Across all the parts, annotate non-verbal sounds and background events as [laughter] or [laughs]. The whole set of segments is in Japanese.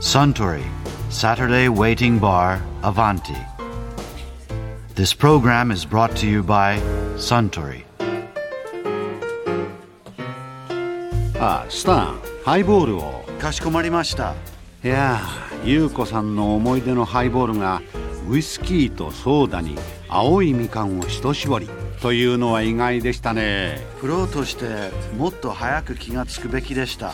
Suntory, Saturday Waiting Bar, Avanti. This program is brought to you by Suntory. あスタンハイボールをかしこまりました。いやー優子さんの思い出のハイボールがウイスキーとソーダに青いみかんを一絞りというのは意外でしたねプロとしてもっと早く気がつくべきでした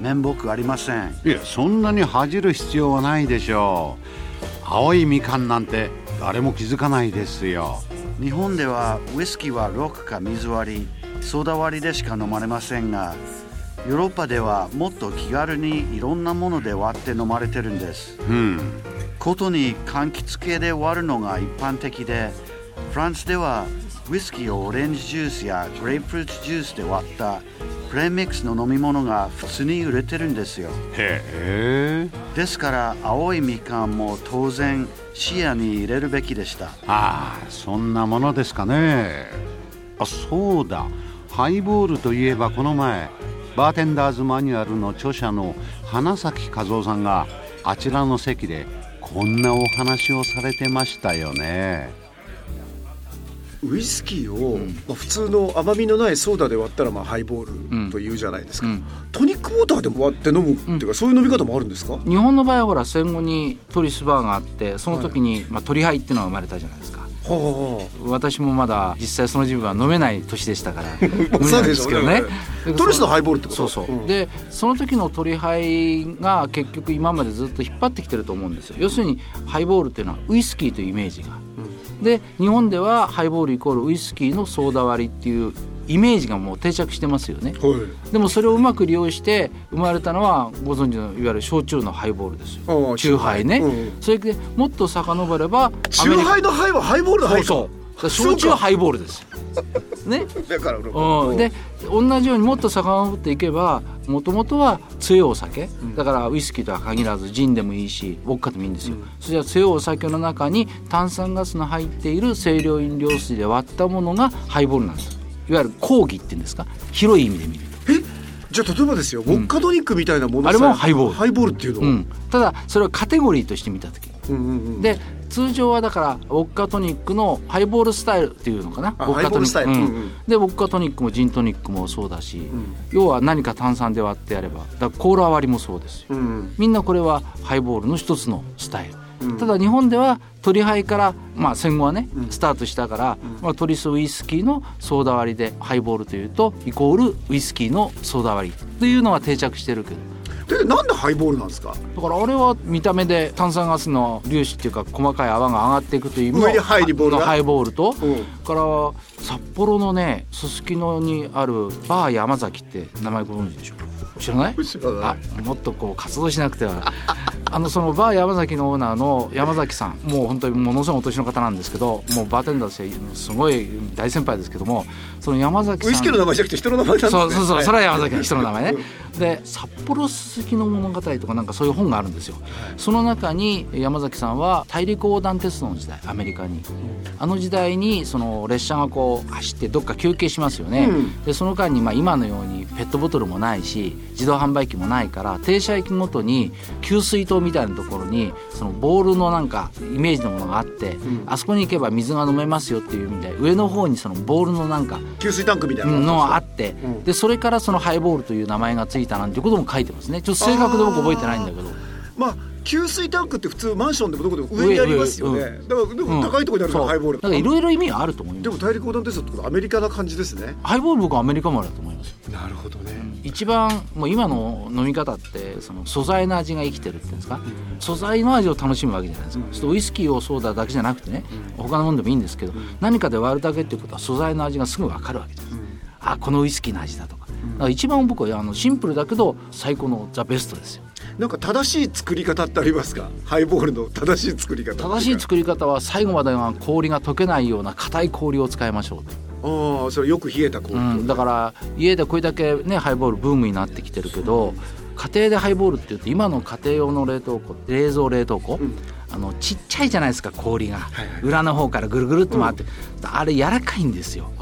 面目ありませんいやそんなに恥じる必要はないでしょう青いみかんなんて誰も気づかないですよ日本ではウイスキーはロックか水割りソーダ割りでしか飲まれませんがヨーロッパではもっと気軽にいろんなもので割って飲まれてるんですうんことに柑橘系で割るのが一般的でフランスではウイスキーをオレンジジュースやグレープフルーツジュースで割ったプレミックスの飲み物が普通に売れてるんですよへえですから青いみかんも当然視野に入れるべきでしたああそんなものですかねあそうだハイボールといえばこの前バーテンダーズマニュアルの著者の花咲和夫さんがあちらの席でこんなお話をされてましたよねウイスキーを、まあ、普通の甘みのないソーダで割ったら、まあ、ハイボールというじゃないですか、トニックウォーターでも割って飲むっていうか、そういう飲み方もあるんですか日本の場合はほら戦後にトリスバーがあってその時に、まあ、鳥杯っていうのが生まれたじゃないですかは私もまだ実際その時分は飲めない年でしたか [laughs] らあ無理なんですけどねトリスのハイボールってことそうそう、んでその時の鳥杯が結局今までずっと引っ張ってきてると思うんですよ要するにハイボールっていうのはウイスキーというイメージが、で日本ではハイボールイコールウイスキーのソーダ割りっていうイメージがもう定着してますよねはいでもそれをうまく利用して生まれたのはご存知のいわゆる焼酎のハイボールですあよあチューハイね、うんそれでもっと遡ればチューハイのハイはハイボールのアハメイリカそうそう焼酎ハイボールですよねうだから俺う、うんんで同じようにもっと遡っていけばもともとは強いお酒だからウイスキーとは限らずジンでもいいしウォッカでもいいんですよ、それは強いお酒の中に炭酸ガスの入っている清涼飲料水で割ったものがハイボールなんですいわゆる講義っていうんですか広い意味で見るとえじゃあ例えばですよウォッカドニックみたいなものさえあれもハイボールハイボールっていうのは、うん、ただそれはカテゴリーとして見た時うんうんうんで通常はだからウォッカトニックのハイボールスタイルっていうのかなウあォッハイカトニボールスタイルック、うんうんでウォッカトニックもジントニックもそうだし、要は何か炭酸で割ってやればだからコーラ割りもそうですよ、うんみんなこれはハイボールの一つのスタイル、ただ日本では鳥ハイから、まあ、戦後はね、スタートしたから、まあ、トリスウイスキーのソーダ割りでハイボールというとイコールウイスキーのソーダ割りというのが定着してるけどでなんでハイボールなんですかだからあれは見た目で炭酸ガスの粒子っていうか細かい泡が上がっていくという意味の上にハイボールがのハイボールと、うんから札幌のねすすきのにあるバー山崎って名前ご存知でしょう知らない知らないあもっとこう活動しなくては [laughs] あのそのバー山崎のオーナーの山崎さんもう本当にものすごいお年の方なんですけどもうバーテンダーとしてすごい大先輩ですけどもその山崎さウんイスキーの名前じゃなくて人の名前なんですねそうそうそう、はいそれは山崎の人の名前ね。で、札幌すすきの物語とかなんかそういう本があるんですよ。その中に山崎さんは大陸横断鉄道の時代、アメリカに。あの時代にその列車がこう走ってどっか休憩しますよね。うんで、その間にまあ今のようにペットボトルもないし、自動販売機もないから停車駅ごとに給水塔みたいなところにそのボールのなんかイメージのものがあって、あそこに行けば水が飲めますよっていう意味で上の方にそのボールのなんか給水タンクみたいなうんののががああるんでって、でそれからそのハイボールという名前がついたなんてことも書いてますねちょっと正確で僕覚えてないんだけどすかまあ給水タンクって普通マンションでもどこでも上にありますよね上だからでも高いところにあるのうんがハイボールそうなんかいろいろ意味があると思いでまもす大陸横断鉄道ってことはアメリカな感じですね。ハイボール僕はアメリカ生まれだと思いますよなるほどね。一番もう今の飲み方ってその素材の味が生きてるっていうんですか素材の味を楽しむわけじゃないですかちょっとウイスキーをソーダだけじゃなくてね他のものでもいいんですけど何かで割るだけっていうことは素材の味がすぐ分かるわけじゃないですかあこのウイスキーの味だとかだから一番僕はあのシンプルだけど最高のザベストですよなんか正しい作り方ってありますか？ハイボールの正しい作り方。正しい。作り方は最後までは氷が溶けないような硬い氷を使いましょうと、ああ、それよく冷えた氷う。ん、だから家でこれだけねハイボールブームになってきてるけど家庭でハイボールって言うと今の家庭用の冷凍庫冷蔵冷凍庫、あのちっちゃいじゃないですか氷が、裏の方からぐるぐるっと回って、あれ柔らかいんですよ。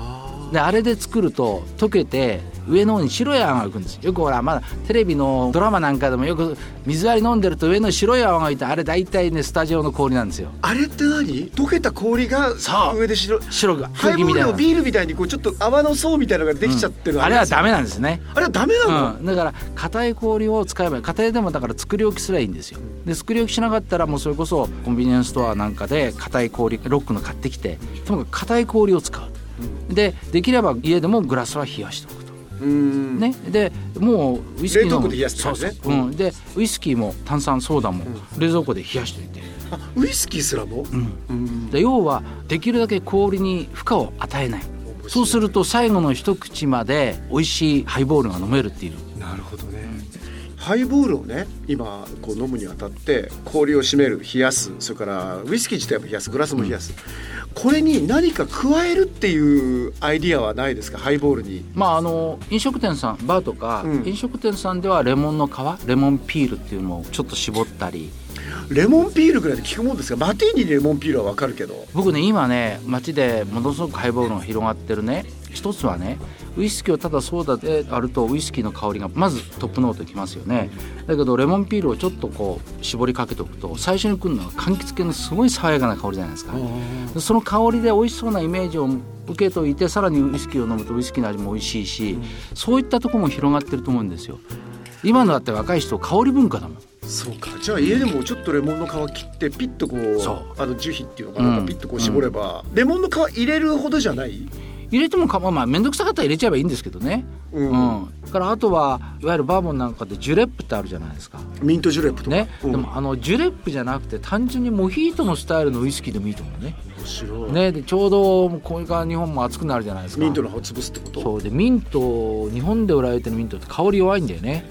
であれで作ると溶けて上の方に白い泡が浮くんですよくほらまだテレビのドラマなんかでもよく水割り飲んでると上の白い泡が浮いてあれ大体ねスタジオの氷なんですよあれって何溶けた氷がそう上で白い白がハイ空気ボみーたいルなのビールみたいにこうちょっと泡の層みたいなのができちゃってる、あれはダメメなんですねあれはダメなの、うん、だから硬い氷を使えば家庭でもだから作り置きすりゃいいんですよで作り置きしなかったらもうそれこそコンビニエンスストアなんかで硬い氷ロックの買ってきてともかく硬い氷を使うとでできれば家でもグラスは冷やしておくと、うーんね、でもうウイスキー冷凍の庫で冷やすってそ感うじそねう、うん、でウイスキーも炭酸ソーダも冷蔵庫で冷やしておいてあウイスキーすらも、うんで要はできるだけ氷に負荷を与えない白いそうすると最後の一口まで美味しいハイボールが飲めるっていうなるほどね、ハイボールをね今こう飲むにあたって氷を締める冷やすそれからウイスキー自体も冷やすグラスも冷やす、これに何か加えるっていうアイディアはないですかハイボールにまああの飲食店さんバーとか、うん飲食店さんではレモンの皮レモンピールっていうのをちょっと絞ったりレモンピールぐらいで聞くもんですがマティーニにレモンピールはわかるけど僕ね今ね街でものすごくハイボールが広がってるね一つはねウイスキーをただソーダで割るとウイスキーの香りがまずトップノートきますよねだけどレモンピールをちょっとこう絞りかけておくと最初に来るのは柑橘系のすごい爽やかな香りじゃないですかでその香りで美味しそうなイメージを受けといてさらにウイスキーを飲むとウイスキーの味も美味しいしそういったところも広がってると思うんですよ今のだって若い人香り文化だもんそうかじゃあ家でもちょっとレモンの皮切ってピッとこうそうあの樹皮っていうのかな、うんピッとこう絞れば、レモンの皮入れるほどじゃない入れてもかまあまあ面倒くさかったら入れちゃえばいいんですけどね、ううんんだからあとはいわゆるバーボンなんかでジュレップってあるじゃないですかミントジュレップとか、ね、うんでもあのジュレップじゃなくて単純にモヒートのスタイルのウイスキーでもいいと思うね,、面白いねでちょうどこれから日本も暑くなるじゃないですかミントの葉を潰すってことそうでミント日本で売られてるミントって香り弱いんだよね、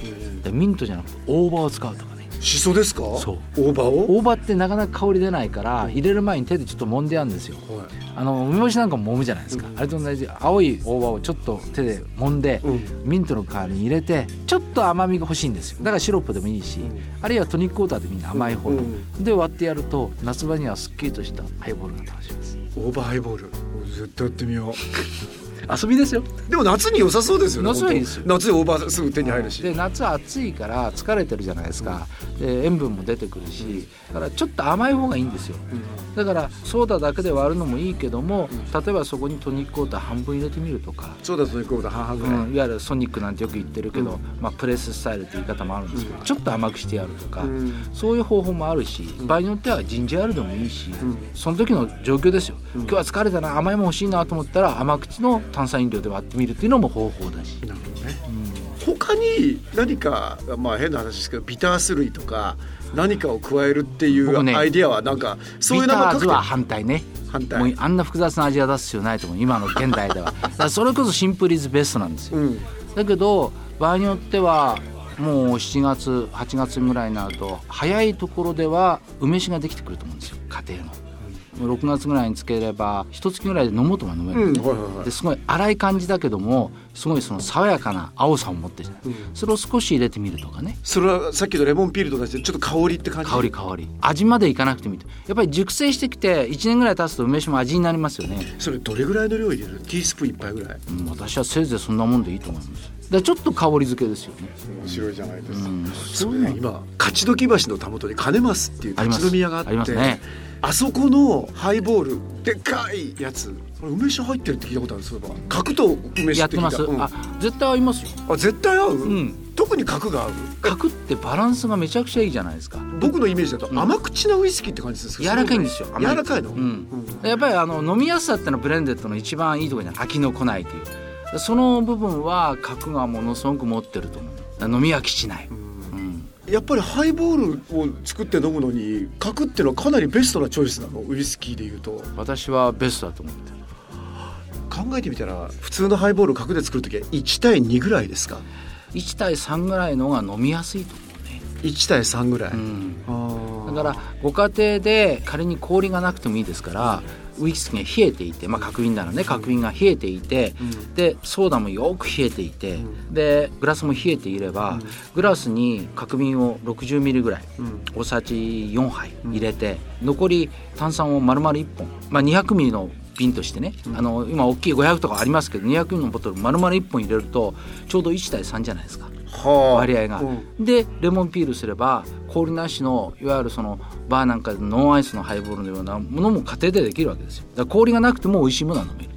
でミントじゃなくて大葉を使うとかねシソですかそう大葉を大葉ってなかなか香り出ないから入れる前に手でちょっと揉んでやるんですよはいあの梅干しなんかも揉むじゃないですか、あれと同じ青い大葉をちょっと手で揉んで、うんミントの代わりに入れてちょっと甘みが欲しいんですよだからシロップでもいいし、あるいはトニックウォーターでもいいんで甘い方の、うんで割ってやると夏場にはすっきりとしたハイボールが楽しめますオーバーハイボール絶対やってみよう [laughs] 遊びですよでも夏に良さそうですよね夏はいいですよ本当夏でオーバーすぐ手に入るしで夏は暑いから疲れてるじゃないですか、で塩分も出てくるしだからちょっと甘い方がいいんですよ、だからソーダだけで割るのもいいけども、例えばそこにトニックウォーター半分入れてみるとか、そうだということだ半々ぐらい、うん、いわゆるソニックなんてよく言ってるけど、まあ、プレススタイルって言い方もあるんですけど、ちょっと甘くしてやるとか、んそういう方法もあるし場合によってはジンジャーエールでもいいし、その時の状況ですよ、今日は疲れたな甘いもん欲しいなと思ったら甘口の炭酸飲料で割ってみるっていうのも方法だし、なるほどね、他に何かまあ変な話ですけどビタース類とか何かを加えるっていう僕ねアイディアはなんかそういうビタのもーズはか反対ね反対もうあんな複雑な味は出す必要ないと思う今の現代 [laughs] ではだからそれこそシンプルイズベストなんですよ、うんだけど場合によってはもう7月8月ぐらいになると早いところでは梅酒ができてくると思うんですよ家庭の。6月ぐらいにつければ一月ぐらいで飲もうとも飲めるんですね、うんはいはいはいですごい粗い感じだけどもすごいその爽やかな青さを持ってるじゃない、それを少し入れてみるとかねそれはさっきのレモンピールと同じでちょっと香りって感じ香り香り味までいかなくてもいいとやっぱり熟成してきて1年ぐらい経つと梅酒も味になりますよね、それどれぐらいの量入れるティースプーン一杯ぐらいうん私はせいぜいそんなもんでいいと思いますだからちょっと香りづけですよね面白いじゃないですか、そういうの今勝どき橋のたもとに金ますっていうあります立ち飲み屋があってありますねあそこのハイボールでっかいやつあれ梅酒入ってるって聞いたことあるそういえば角と梅酒やっってて聞いまたす、うんあ絶対合いますよあ絶対合う、ん特に角が合う角ってバランスがめちゃくちゃいいじゃないですか僕のイメージだと甘口なウイスキーって感じですけ柔どらかいんですよそ甘う柔らかいの、うんやっぱりあの飲みやすさってのはブレンデッドの一番いいところじゃない飽きのこないというその部分は角がものすごく持ってると思うだから飲み飽きしない、うんやっぱりハイボールを作って飲むのに角っていうのはかなりベストなチョイスなのウイスキーでいうと私はベストだと思ってる考えてみたら普通のハイボール角で作る時は1対2ぐらいですか1対3ぐらいの方が飲みやすいと思うね、 1対3ぐらい、うんあだからご家庭で仮に氷がなくてもいいですからウイスキーが冷えていて、まあ、角瓶ならね角瓶が冷えていて、でソーダもよく冷えていて、でグラスも冷えていれば、グラスに角瓶を60ミリぐらい、大さじ4杯入れて、残り炭酸を丸々1本、まあ、200ミリの瓶としてね、あの今大きい500とかありますけど200のボトル丸々1本入れるとちょうど1対3じゃないですか。は割合が、でレモンピールすれば氷なしのいわゆるそのバーなんかでノンアイスのハイボールのようなものも家庭でできるわけですよだから氷がなくても美味しいものは飲める、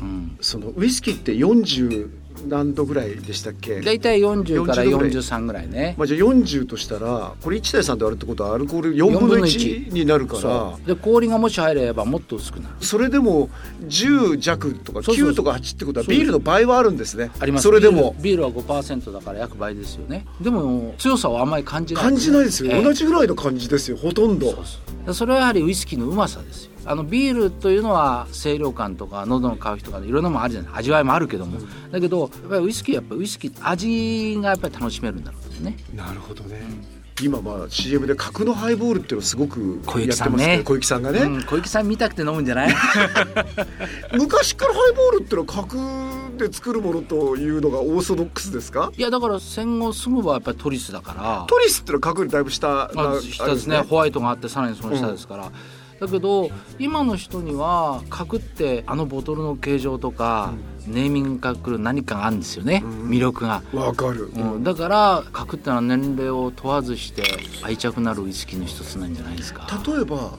うんそのウイスキーって40何度ぐらいでしたっけ大体40から40ぐらい43ぐらいねまあ、じゃあ40としたらこれ1対3で割るってことはアルコール4分の1になるからそそうで氷がもし入ればもっと薄くなるれでも10弱とかそうそうそう9とか8ってことはビールの倍はあるんですねありますそれでもビールビールは5%だから約倍ですよねでも強さはあんまり感じない感じないですよ、ええ同じぐらいの感じですよほとんどそうそうそれはやはりウイスキーのうまさですよあのビールというのは清涼感とか喉の渇きとかいろんなもんあるじゃない味わいもあるけども、だけどやっぱりウイスキーはやっぱウイスキー味がやっぱり楽しめるんだろうですねなるほどね今まあ CM で角のハイボールっていうのすごく小や雪ってさんますねね小雪さんがね、うん、小池さん見たくて飲むんじゃ [laughs] ない昔からハイボールっていうのは角で作るものというのがオーソドックスですかいやだから戦後すぐはやっぱりトリスだからトリスっていうのは角よりだいぶ下なまあ、下ですねあれホワイトがあってさらにその下ですから、だけど今の人には角ってあのボトルの形状とか、ネーミングからくる何かがあるんですよね、魅力が。わかる、うん、だから核ってのは年齢を問わずして愛着なるウイスキーの一つなんじゃないですか例えば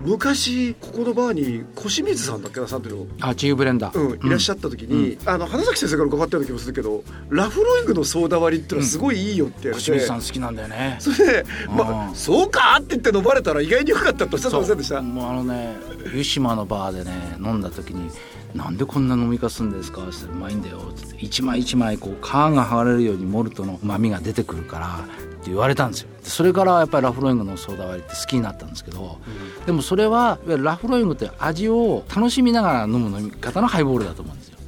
昔ここのバーに小清水さんだっけなさんっていうのあチーブレンダー、うん、いらっしゃった時に、あの花崎先生から伺ったような気もするけどラフロイグのソーダ割りってのはすごいいいよって言われて、清水さん好きなんだよねそれで「うまあ、んそうか!」って言って飲まれたら意外に良かったとおっしゃってませんでしたもうあのね湯島のバーでね飲んだ時に「なんでこんな飲みかすんですか?」って言ったらうまいんだよ」つって一枚一枚こう皮が剥がれるようにモルトのうまみが出てくるから」って言われたんですよでそれからやっぱりラフロイングのソーダ割りって好きになったんですけど、でもそれはいわゆるラフロイングって味を楽しみながら飲む飲み方のハイボールだと思うんですよ。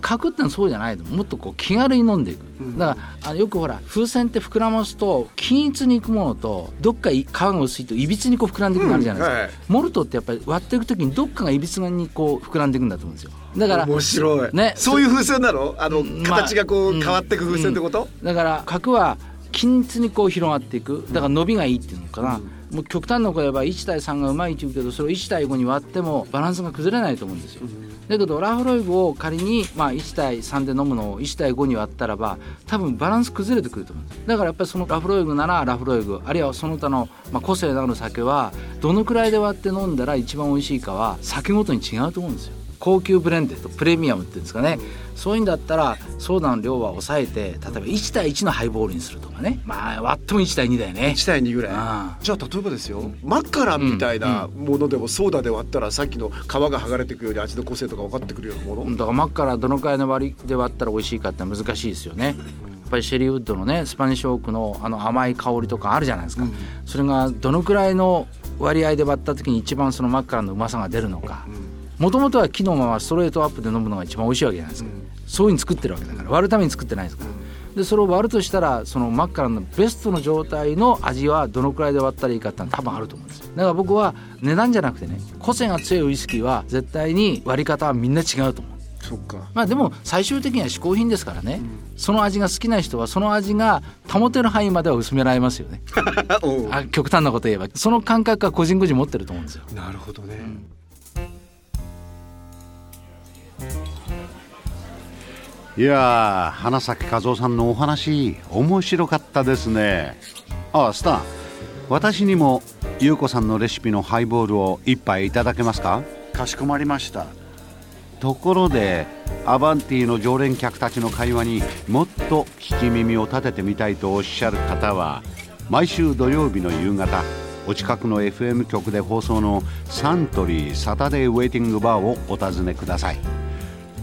角ってのはそうじゃないのもっとこう気軽に飲んでいくだからあのよくほら風船って膨らますと均一にいくものとどっかい皮が薄いといびつにこう膨らんでいくのあるじゃないですか、うんはいモルトってやっぱり割っていく時にどっかがいびつにこう膨らんでいくんだと思うんですよだから面白い、ねそういう風船なのあの、まあ形がこう変わっていく風船ってこと、だから角は均一にこう広がっていくだから伸びがいいっていうのかな、もう極端なこと言えば1対3がうまいって言うけどそれを1対5に割ってもバランスが崩れないと思うんですよ、だけどラフロイグを仮に、まあ、1対3で飲むのを1対5に割ったらば多分バランス崩れてくると思うんですだからやっぱりそのラフロイグならラフロイグあるいはその他の、まあ、個性のある酒はどのくらいで割って飲んだら一番美味しいかは酒ごとに違うと思うんですよ高級ブレンデッドプレミアムっていうんですかねそういうんだったらソーダの量は抑えて例えば1対1のハイボールにするとかねまあ割っても1対2だよね1対2ぐらいああじゃあ例えばですよ、マカラみたいなものでもソーダで割ったらさっきの皮が剥がれていくより味の個性とか分かってくるようなもの、だからマッカラどのくらいの割りで割ったら美味しいかって難しいですよねやっぱりシェリーウッドのねスパニッシュオークのあの甘い香りとかあるじゃないですか、それがどのくらいの割合で割った時に一番そのマッカラのうまさが出るのかもともとは木のままストレートアップで飲むのが一番美味しいわけじゃないですか、そういうふうに作ってるわけだから割るために作ってないですからでそれを割るとしたらそのマッカラのベストの状態の味はどのくらいで割ったらいいかってのは多分あると思うんですよだから僕は値段じゃなくてね個性が強いウイスキーは絶対に割り方はみんな違うと思うそっかまあでも最終的には嗜好品ですからね、その味が好きな人はその味が保てる範囲までは薄められますよねうんあ極端なこと言えばその感覚は個人個人持ってると思うんですよなるほどね、いやー花咲和夫さんのお話面白かったですねあスター私にも優子さんのレシピのハイボールを一杯いただけますかかしこまりましたところでアバンティの常連客たちの会話にもっと聞き耳を立ててみたいとおっしゃる方は毎週土曜日の夕方お近くの FM 局で放送のサントリーサタデーウェイティングバーをお尋ねください